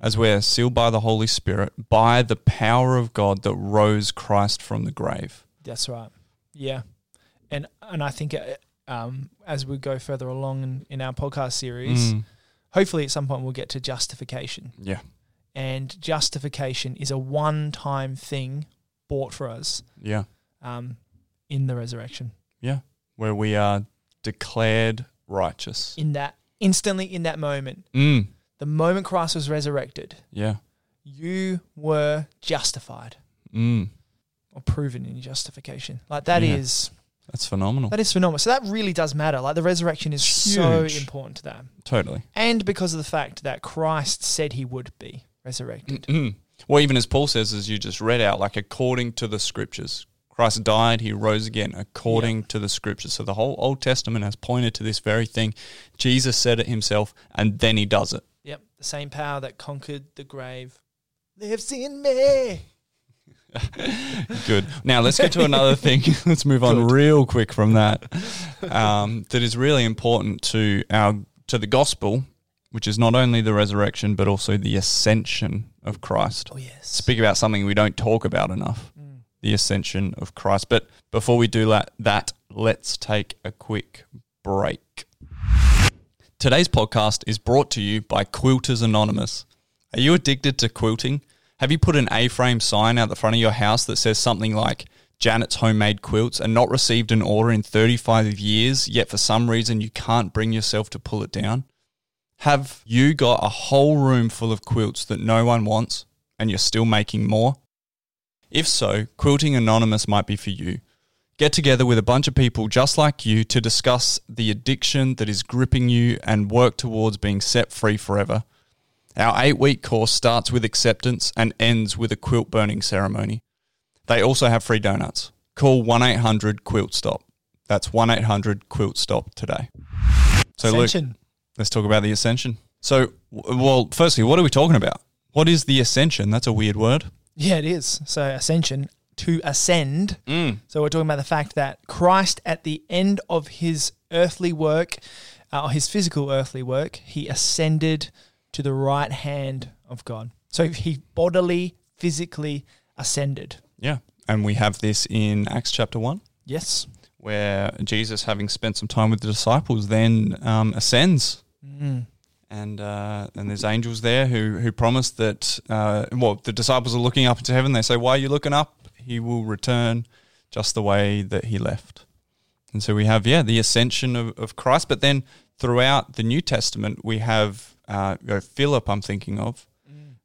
Speaker 1: as we're sealed by the Holy Spirit by the power of God that rose Christ from the grave.
Speaker 2: That's right. Yeah. And and I think uh, um, as we go further along in, in our podcast series,
Speaker 1: Mm.
Speaker 2: hopefully at some point we'll get to justification.
Speaker 1: Yeah.
Speaker 2: And justification is a one-time thing bought for us
Speaker 1: Yeah.
Speaker 2: um, in the resurrection.
Speaker 1: Where we are declared righteous.
Speaker 2: In that instantly, in that moment,
Speaker 1: Mm.
Speaker 2: the moment Christ was resurrected,
Speaker 1: Yeah.
Speaker 2: you were justified
Speaker 1: Mm.
Speaker 2: or proven in your justification. Like that is
Speaker 1: Yeah. That's phenomenal.
Speaker 2: that is phenomenal. So that really does matter. Like the resurrection is so
Speaker 1: Huge.
Speaker 2: important to that.
Speaker 1: totally.
Speaker 2: And because of the fact that Christ said he would be resurrected.
Speaker 1: Mm. Well, even as Paul says, as you just read out, like according to the scriptures, Christ died, he rose again according to the scriptures. So the whole Old Testament has pointed to this very thing. Jesus said it himself, and then he does it.
Speaker 2: Yep. The same power that conquered the grave lives in me.
Speaker 1: Good. Now let's get to another thing. let's move on
Speaker 2: Good.
Speaker 1: real quick from that. Um, that is really important to our to the gospel, which is not only the resurrection but also the ascension of Christ.
Speaker 2: Oh yes.
Speaker 1: Speak about something we don't talk about enough.
Speaker 2: Mm.
Speaker 1: the ascension of Christ. But before we do la- that, let's take a quick break. Today's podcast is brought to you by Quilters Anonymous. Are you addicted to quilting? Have you put an A frame sign out the front of your house that says something like Janet's Homemade Quilts and not received an order in 35 years, yet for some reason you can't bring yourself to pull it down? Have you got a whole room full of quilts that no one wants and you're still making more? If so, Quilting Anonymous might be for you. Get together with a bunch of people just like you to discuss the addiction that is gripping you and work towards being set free forever. Our eight week course starts with acceptance and ends with a quilt burning ceremony. They also have free donuts. Call 1 800 Quilt Stop. That's 1 800 Quilt Stop today. So, Luke,
Speaker 2: Ascension.
Speaker 1: let's talk about the ascension. So, w- well, firstly, what are we talking about? What is the ascension? That's a weird word.
Speaker 2: Yeah, it is. So ascension to ascend.
Speaker 1: Mm.
Speaker 2: So we're talking about the fact that Christ, at the end of his earthly work, uh, his physical earthly work, he ascended to the right hand of God. So he bodily, physically ascended.
Speaker 1: Yeah. And we have this in Acts chapter 1,
Speaker 2: Yes.
Speaker 1: where Jesus, having spent some time with the disciples, then um, ascends.
Speaker 2: Mm.
Speaker 1: And, uh, and there's angels there who, who promise that, uh, well, the disciples are looking up into heaven. They say, Why are you looking up? He will return just the way that he left. And so we have, yeah, the ascension of, of Christ. But then throughout the New Testament, we have uh, you know, Philip, I'm thinking of,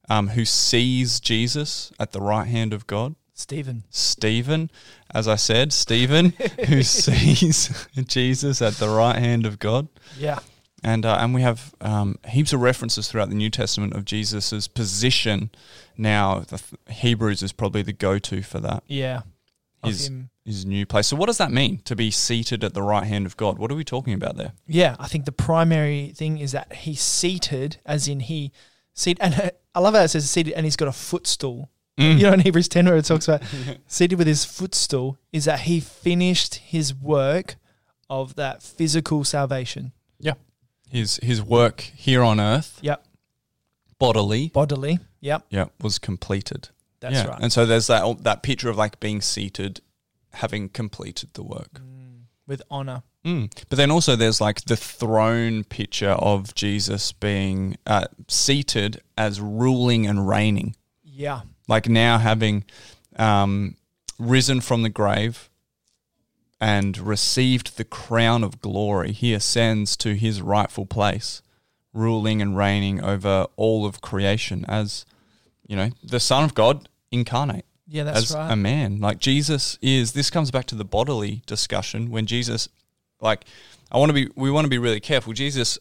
Speaker 1: um, who sees Jesus at the right hand of God.
Speaker 2: Stephen.
Speaker 1: Stephen, as I said, Stephen, who sees Jesus at the right hand of God,
Speaker 2: Yeah.
Speaker 1: and uh, and we have um, heaps of references throughout the New Testament of Jesus's position. Now, the th- Hebrews is probably the go-to for that.
Speaker 2: Yeah. Of
Speaker 1: Is
Speaker 2: him.
Speaker 1: his new place. So, what does that mean to be seated at the right hand of God? What are we talking about there?
Speaker 2: Yeah, I think the primary thing is that he's seated, as in he seat, and I love how it says seated, and he's got a footstool.
Speaker 1: Mm.
Speaker 2: You know, in Hebrews ten, where it talks about seated with his footstool, is that he finished his work of that physical salvation
Speaker 1: His his work here on earth,
Speaker 2: Yep.
Speaker 1: bodily,
Speaker 2: bodily. Yep,
Speaker 1: yeah, was completed.
Speaker 2: that's
Speaker 1: Yeah.
Speaker 2: right.
Speaker 1: And so there's that that picture of like being seated, having completed the work.
Speaker 2: Mm, with honor.
Speaker 1: Mm. But then also there's like the throne picture of Jesus being uh, seated as ruling and reigning,
Speaker 2: Yeah,
Speaker 1: like now having um, risen from the grave and received the crown of glory, he ascends to his rightful place, ruling and reigning over all of creation as, you know, the Son of God incarnate
Speaker 2: Yeah, that's
Speaker 1: as
Speaker 2: right.
Speaker 1: a man. Like Jesus is this comes back to the bodily discussion when Jesus like I want to be we want to be really careful. Jesus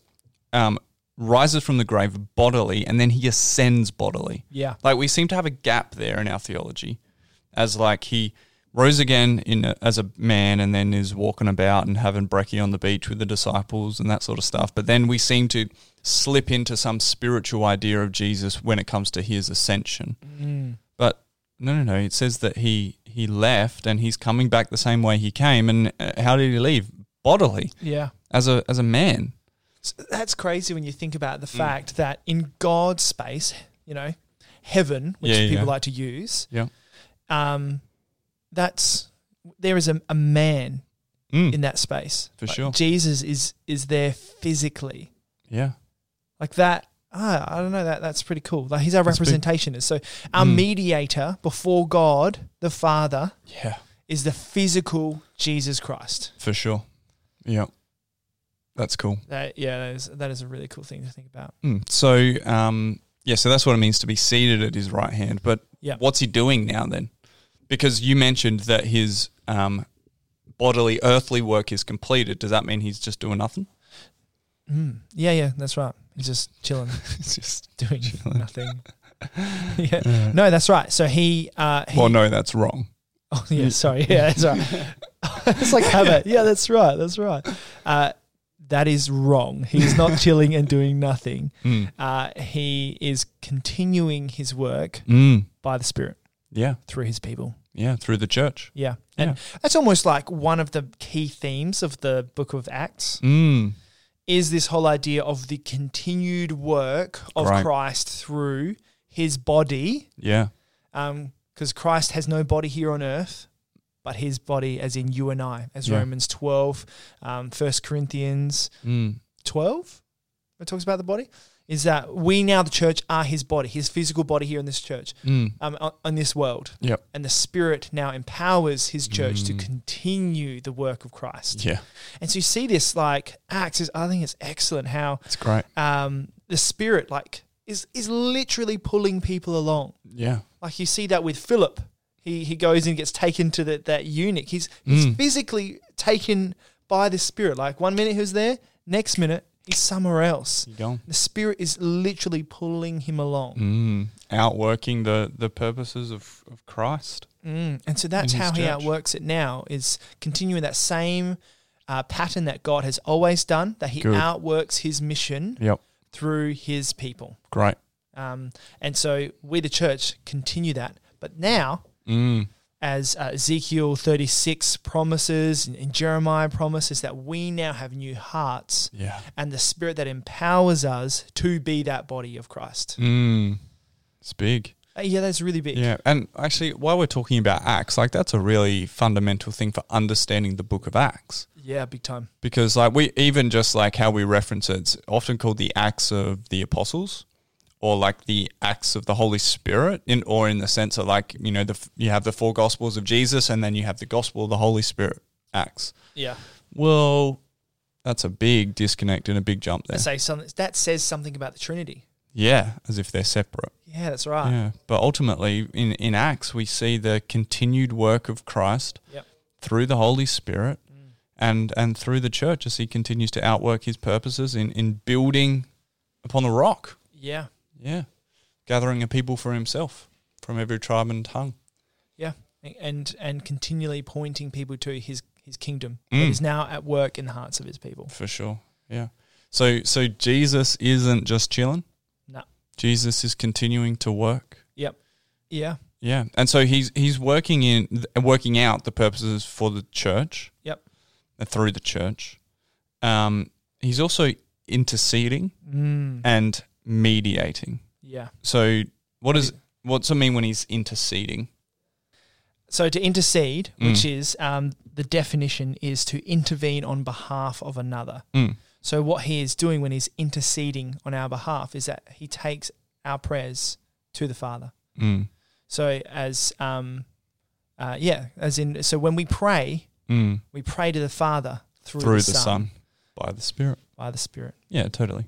Speaker 1: um rises from the grave bodily and then he ascends bodily.
Speaker 2: yeah.
Speaker 1: Like we seem to have a gap there in our theology, as like he rose again in a, as a man and then is walking about and having brekkie on the beach with the disciples and that sort of stuff. But then we seem to slip into some spiritual idea of Jesus when it comes to his ascension.
Speaker 2: Mm.
Speaker 1: But no, no, no. It says that he he left and he's coming back the same way he came. And uh, how did he leave? Bodily,
Speaker 2: Yeah.
Speaker 1: as a as a man.
Speaker 2: So that's crazy when you think about
Speaker 1: Mm.
Speaker 2: the fact that in God's space, you know, heaven, which
Speaker 1: Yeah,
Speaker 2: people
Speaker 1: yeah.
Speaker 2: like to use,
Speaker 1: Yeah.
Speaker 2: um, that's there is a, a man
Speaker 1: Mm,
Speaker 2: in that space
Speaker 1: For
Speaker 2: Like,
Speaker 1: sure.
Speaker 2: Jesus is is there physically
Speaker 1: yeah.
Speaker 2: like that. Ah, I don't know that that's pretty cool. Like he's our
Speaker 1: That's big.
Speaker 2: representation. So our
Speaker 1: Mm.
Speaker 2: mediator before God the Father
Speaker 1: Yeah.
Speaker 2: is the physical Jesus Christ.
Speaker 1: For sure. Yeah. That's cool.
Speaker 2: That, yeah, that is that is a really cool thing to think about.
Speaker 1: Mm. So, um, yeah, so that's what it means to be seated at his right hand. But
Speaker 2: Yeah.
Speaker 1: what's he doing now then? Because you mentioned that his um, bodily, earthly work is completed. Does that mean he's just doing nothing?
Speaker 2: Mm. Yeah, yeah, that's right. He's just chilling.
Speaker 1: it's just
Speaker 2: doing nothing. yeah. No, that's right. So he, uh, he
Speaker 1: well, no, that's wrong.
Speaker 2: oh, yeah, sorry. Yeah, that's right. it's like habit. Yeah, that's right. That's right. Uh, that is wrong. He's not chilling and doing nothing.
Speaker 1: Mm.
Speaker 2: Uh, he is continuing his work
Speaker 1: Mm.
Speaker 2: by the Spirit
Speaker 1: Yeah,
Speaker 2: through his people.
Speaker 1: yeah, through the church.
Speaker 2: Yeah. And that's almost like one of the key themes of the book of Acts
Speaker 1: Mm.
Speaker 2: is this whole idea of the continued work of
Speaker 1: Right.
Speaker 2: Christ through his body.
Speaker 1: Yeah,
Speaker 2: because Um, Christ has no body here on earth, but his body, as in you and I, as
Speaker 1: Yeah.
Speaker 2: Romans 12, um, 1 Corinthians
Speaker 1: mm.
Speaker 2: 12, it talks about the body, is that we now, the church, are his body, his physical body here in this church,
Speaker 1: Mm.
Speaker 2: um, on, on this world.
Speaker 1: Yep.
Speaker 2: And the Spirit now empowers his church to
Speaker 1: Mm.
Speaker 2: continue the work of Christ.
Speaker 1: yeah,
Speaker 2: And so you see this, like, Acts is, I think it's excellent how
Speaker 1: it's great.
Speaker 2: um, the Spirit, like, is, is literally pulling people along.
Speaker 1: Yeah,
Speaker 2: Like you see that with Philip. He he goes and gets taken to the, that eunuch. He's he's
Speaker 1: Mm.
Speaker 2: physically taken by the spirit. Like one minute he's there, next minute he's somewhere else.
Speaker 1: you go.
Speaker 2: The spirit is literally pulling him along.
Speaker 1: Mm. Outworking the the purposes of, of Christ.
Speaker 2: Mm. And so that's
Speaker 1: In his
Speaker 2: how he
Speaker 1: church.
Speaker 2: outworks it now is continuing that same uh, pattern that God has always done, that he
Speaker 1: Good.
Speaker 2: outworks his mission
Speaker 1: Yep,
Speaker 2: through his people.
Speaker 1: great.
Speaker 2: Um, and so we, the church, continue that. But now
Speaker 1: Mm.
Speaker 2: as uh, Ezekiel 36 promises and, and Jeremiah promises that we now have new hearts
Speaker 1: Yeah.
Speaker 2: and the spirit that empowers us to be that body of Christ.
Speaker 1: Mm. It's big.
Speaker 2: Uh, yeah, that's really big.
Speaker 1: Yeah, and actually, while we're talking about Acts, like that's a really fundamental thing for understanding the Book of Acts,
Speaker 2: Yeah, big time.
Speaker 1: because like we even just like how we reference it, it's often called the Acts of the Apostles, or like the Acts of the Holy Spirit, in or in the sense of like you know the f- you have the four Gospels of Jesus, and then you have the Gospel of the Holy Spirit Acts.
Speaker 2: Yeah.
Speaker 1: Well, that's a big disconnect and a big jump
Speaker 2: That,
Speaker 1: there.
Speaker 2: say something, that says something about the Trinity.
Speaker 1: Yeah, as if they're separate.
Speaker 2: Yeah, that's right.
Speaker 1: Yeah, but ultimately, in, in Acts, we see the continued work of Christ
Speaker 2: Yep. Mm.
Speaker 1: through the Holy Spirit and, and through the church as he continues to outwork his purposes in, in building upon the rock.
Speaker 2: Yeah.
Speaker 1: Yeah, gathering a people for himself from every tribe and tongue.
Speaker 2: And and continually pointing people to his his kingdom that
Speaker 1: Mm.
Speaker 2: is now at work in the hearts of his people.
Speaker 1: For sure. Yeah. So so Jesus isn't just chilling.
Speaker 2: No.
Speaker 1: Jesus is continuing to work.
Speaker 2: Yeah.
Speaker 1: Yeah, and so he's he's working in working out the purposes for the church.
Speaker 2: Yep.
Speaker 1: and Through the church, um, he's also interceding
Speaker 2: Mm.
Speaker 1: and mediating.
Speaker 2: Yeah.
Speaker 1: So what does what's it mean when he's interceding?
Speaker 2: So to intercede, which
Speaker 1: Mm.
Speaker 2: is um, the definition, is to intervene on behalf of another.
Speaker 1: Mm.
Speaker 2: So what he is doing when he's interceding on our behalf is that he takes our prayers to the Father.
Speaker 1: Mm.
Speaker 2: So as um, uh, yeah, as in so when we pray,
Speaker 1: Mm.
Speaker 2: We pray to the Father through,
Speaker 1: Through
Speaker 2: the,
Speaker 1: the
Speaker 2: Son,
Speaker 1: Son, by the Spirit.
Speaker 2: by the Spirit.
Speaker 1: Yeah, totally.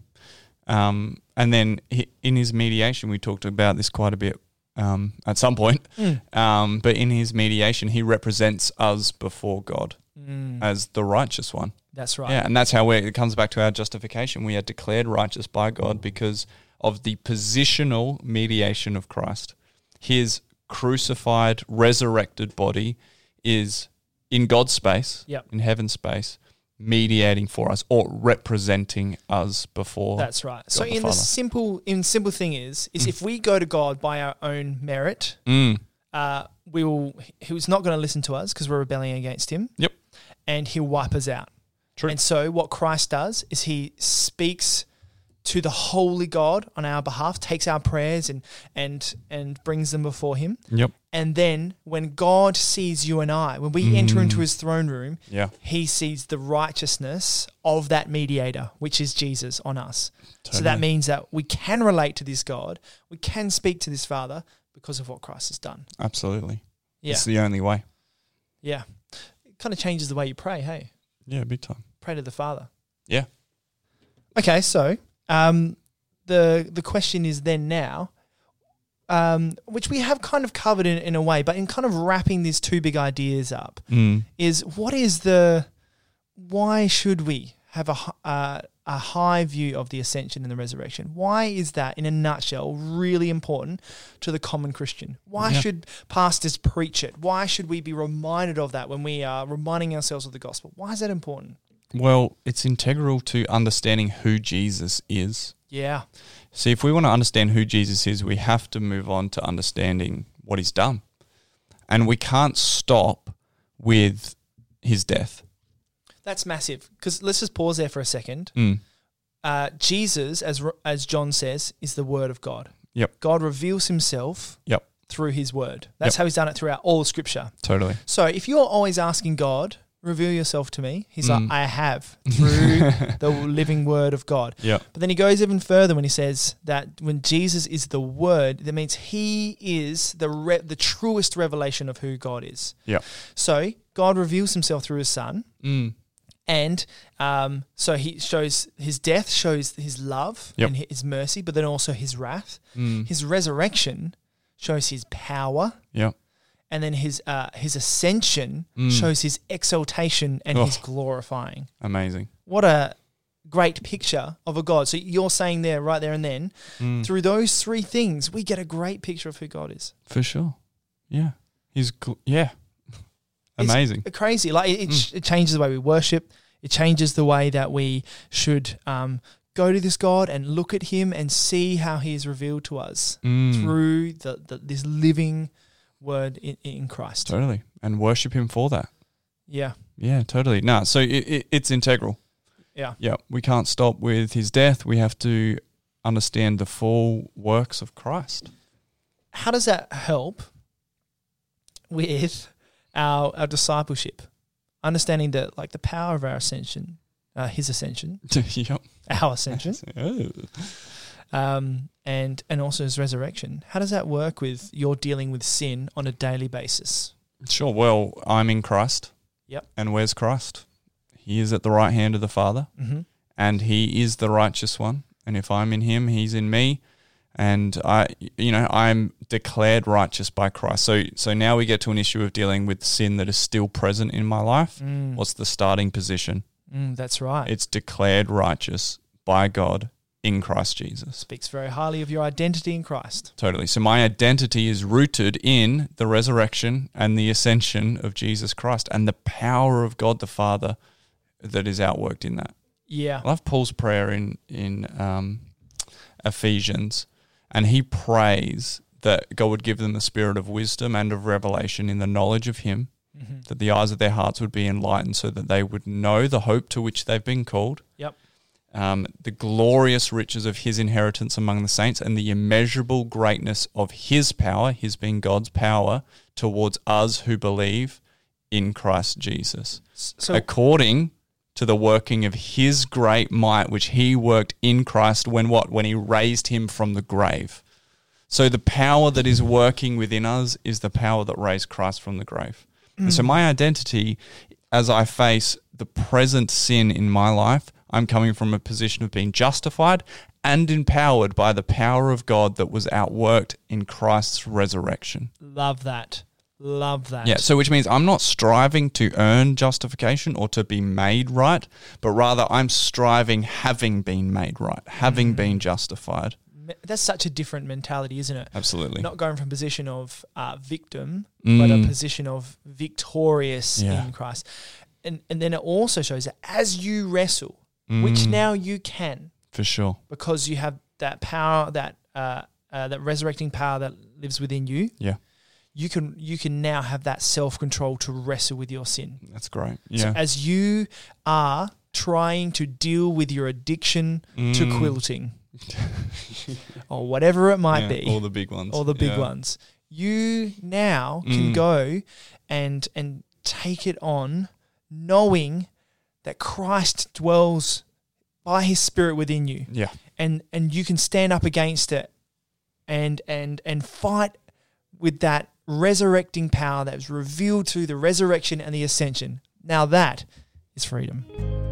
Speaker 1: Um, and then he, in his mediation, we talked about this quite a bit um, at some point.
Speaker 2: Mm.
Speaker 1: Um, but in his mediation, he represents us before God
Speaker 2: Mm.
Speaker 1: as the righteous one.
Speaker 2: That's right.
Speaker 1: Uh, Yeah, and that's how we it comes back to our justification. We are declared righteous by God because of the positional mediation of Christ. His crucified, resurrected body is in God's space,
Speaker 2: Yep.
Speaker 1: in heaven's space, mediating for us or representing us before.
Speaker 2: That's right. so
Speaker 1: the
Speaker 2: in the
Speaker 1: Father.
Speaker 2: simple in simple thing is is if we go to God by our own merit,
Speaker 1: Mm,
Speaker 2: uh, we will who's not going to listen to us because we're rebelling against him.
Speaker 1: Yep.
Speaker 2: And he'll wipe us out.
Speaker 1: True.
Speaker 2: And so what Christ does is he speaks to the holy God on our behalf, takes our prayers and and and brings them before him.
Speaker 1: yep.
Speaker 2: And then when God sees you and I, when we
Speaker 1: Mm.
Speaker 2: enter into his throne room,
Speaker 1: Yeah.
Speaker 2: he sees the righteousness of that mediator, which is Jesus on us. So that
Speaker 1: Totally.
Speaker 2: means that we can relate to this God, we can speak to this Father because of what Christ has done.
Speaker 1: Absolutely.
Speaker 2: Yeah.
Speaker 1: It's the only way.
Speaker 2: Yeah. It kind of changes the way you pray, hey?
Speaker 1: Yeah, big time.
Speaker 2: Pray to the Father.
Speaker 1: Yeah.
Speaker 2: Okay, so um, the the question is then now, um, which we have kind of covered in, in a way, but in kind of wrapping these two big ideas up,
Speaker 1: Mm.
Speaker 2: is what is the why should we have a hi- uh, a high view of the ascension and the resurrection? Why is that, in a nutshell, really important to the common Christian? Why
Speaker 1: Yeah.
Speaker 2: should pastors preach it? Why should we be reminded of that when we are reminding ourselves of the gospel? Why is that important?
Speaker 1: Well, it's integral to understanding who Jesus is.
Speaker 2: Yeah,
Speaker 1: See, if we want to understand who Jesus is, we have to move on to understanding what he's done. And we can't stop with his death.
Speaker 2: that's massive. Because let's just pause there for a second.
Speaker 1: Mm.
Speaker 2: Uh, Jesus, as as John says, is the Word of God.
Speaker 1: Yep.
Speaker 2: God reveals Himself
Speaker 1: Yep.
Speaker 2: through His Word. That's how He's done it throughout all of Scripture.
Speaker 1: Totally.
Speaker 2: So if you're always asking God, reveal yourself to me, he's
Speaker 1: Mm.
Speaker 2: like, I have through the living word of God.
Speaker 1: Yep.
Speaker 2: But then he goes even further when he says that when Jesus is the word, that means he is the re- the truest revelation of who God is.
Speaker 1: Yep.
Speaker 2: So God reveals himself through his son.
Speaker 1: Mm.
Speaker 2: And um, so he shows his death, shows his love
Speaker 1: Yep.
Speaker 2: and his mercy, but then also his wrath.
Speaker 1: Mm.
Speaker 2: His resurrection shows his power
Speaker 1: Yep.
Speaker 2: and then his uh, his ascension
Speaker 1: Mm.
Speaker 2: shows his exaltation and his
Speaker 1: Oh.
Speaker 2: glorifying.
Speaker 1: Amazing.
Speaker 2: What a great picture of a God. So you're saying there, right there and then,
Speaker 1: Mm.
Speaker 2: through those three things, we get a great picture of who God is.
Speaker 1: For sure. Yeah. He's, gl- yeah.
Speaker 2: It's-
Speaker 1: Amazing.
Speaker 2: Crazy, like
Speaker 1: Mm.
Speaker 2: it, it, ch- it changes the way we worship. It changes the way that we should um, go to this God and look at Him and see how He is revealed to us
Speaker 1: Mm.
Speaker 2: through the, the this living Word in, in Christ.
Speaker 1: Totally. And worship him for that.
Speaker 2: Yeah,
Speaker 1: Yeah, totally. No, so it, it, it's integral.
Speaker 2: yeah,
Speaker 1: Yeah, we can't stop with his death. We have to understand the full works of Christ.
Speaker 2: how does that help with our our discipleship? Understanding the like the power of our ascension, uh, his ascension,
Speaker 1: yep.
Speaker 2: our ascension,
Speaker 1: Oh.
Speaker 2: um, and and also his resurrection. How does that work with your dealing with sin on a daily basis?
Speaker 1: Sure. Well, I'm in Christ.
Speaker 2: Yep.
Speaker 1: And where's Christ? He is at the right hand of the Father,
Speaker 2: Mm-hmm.
Speaker 1: and he is the righteous one. And if I'm in him, he's in me. And I, you know, I'm declared righteous by Christ. So, so now we get to an issue of dealing with sin that is still present in my life.
Speaker 2: Mm,
Speaker 1: What's the starting position?
Speaker 2: mm, that's right.
Speaker 1: It's declared righteous by God in Christ Jesus.
Speaker 2: Speaks very highly of your identity in Christ.
Speaker 1: Totally. So my identity is rooted in the resurrection and the ascension of Jesus Christ and the power of God the Father that is outworked in that.
Speaker 2: Yeah.
Speaker 1: I love Paul's prayer in in um, Ephesians, and he prays that God would give them the spirit of wisdom and of revelation in the knowledge of Him,
Speaker 2: Mhm.
Speaker 1: that the eyes of their hearts would be enlightened, so that they would know the hope to which they've been called.
Speaker 2: Yep.
Speaker 1: Um, the glorious riches of his inheritance among the saints and the immeasurable greatness of his power, his being God's power, towards us who believe in Christ Jesus
Speaker 2: S- So
Speaker 1: according to the working of his great might which he worked in Christ when what when he raised him from the grave so the power that is working within us is the power that raised Christ from the grave and so my identity as I face the present sin in my life, I'm coming from a position of being justified and empowered by the power of God that was outworked in Christ's resurrection.
Speaker 2: Love that. Love that.
Speaker 1: Yeah, so which means I'm not striving to earn justification or to be made right, but rather I'm striving having been made right,
Speaker 2: Mm.
Speaker 1: having been justified.
Speaker 2: Me- That's such a different mentality, isn't it?
Speaker 1: Absolutely.
Speaker 2: Not going from position of uh, victim, but a
Speaker 1: Mm.
Speaker 2: position of victorious
Speaker 1: Yeah.
Speaker 2: in Christ. And and then it also shows that as you wrestle, which
Speaker 1: Mm,
Speaker 2: now you can,
Speaker 1: for sure.
Speaker 2: because you have that power, that uh, uh, that resurrecting power that lives within you.
Speaker 1: Yeah.
Speaker 2: You can you can now have that self control to wrestle with your sin.
Speaker 1: That's great. Yeah.
Speaker 2: So as you are trying to deal with your addiction uh, to
Speaker 1: Mm.
Speaker 2: quilting or whatever it might
Speaker 1: Yeah,
Speaker 2: be,
Speaker 1: All the big ones.
Speaker 2: or the big
Speaker 1: Yeah.
Speaker 2: ones, you now can
Speaker 1: Mm.
Speaker 2: go and and take it on, knowing that Christ dwells by His Spirit within you,
Speaker 1: Yeah.
Speaker 2: and and you can stand up against it, and and and fight with that resurrecting power that was revealed through the resurrection and the ascension. Now that is freedom.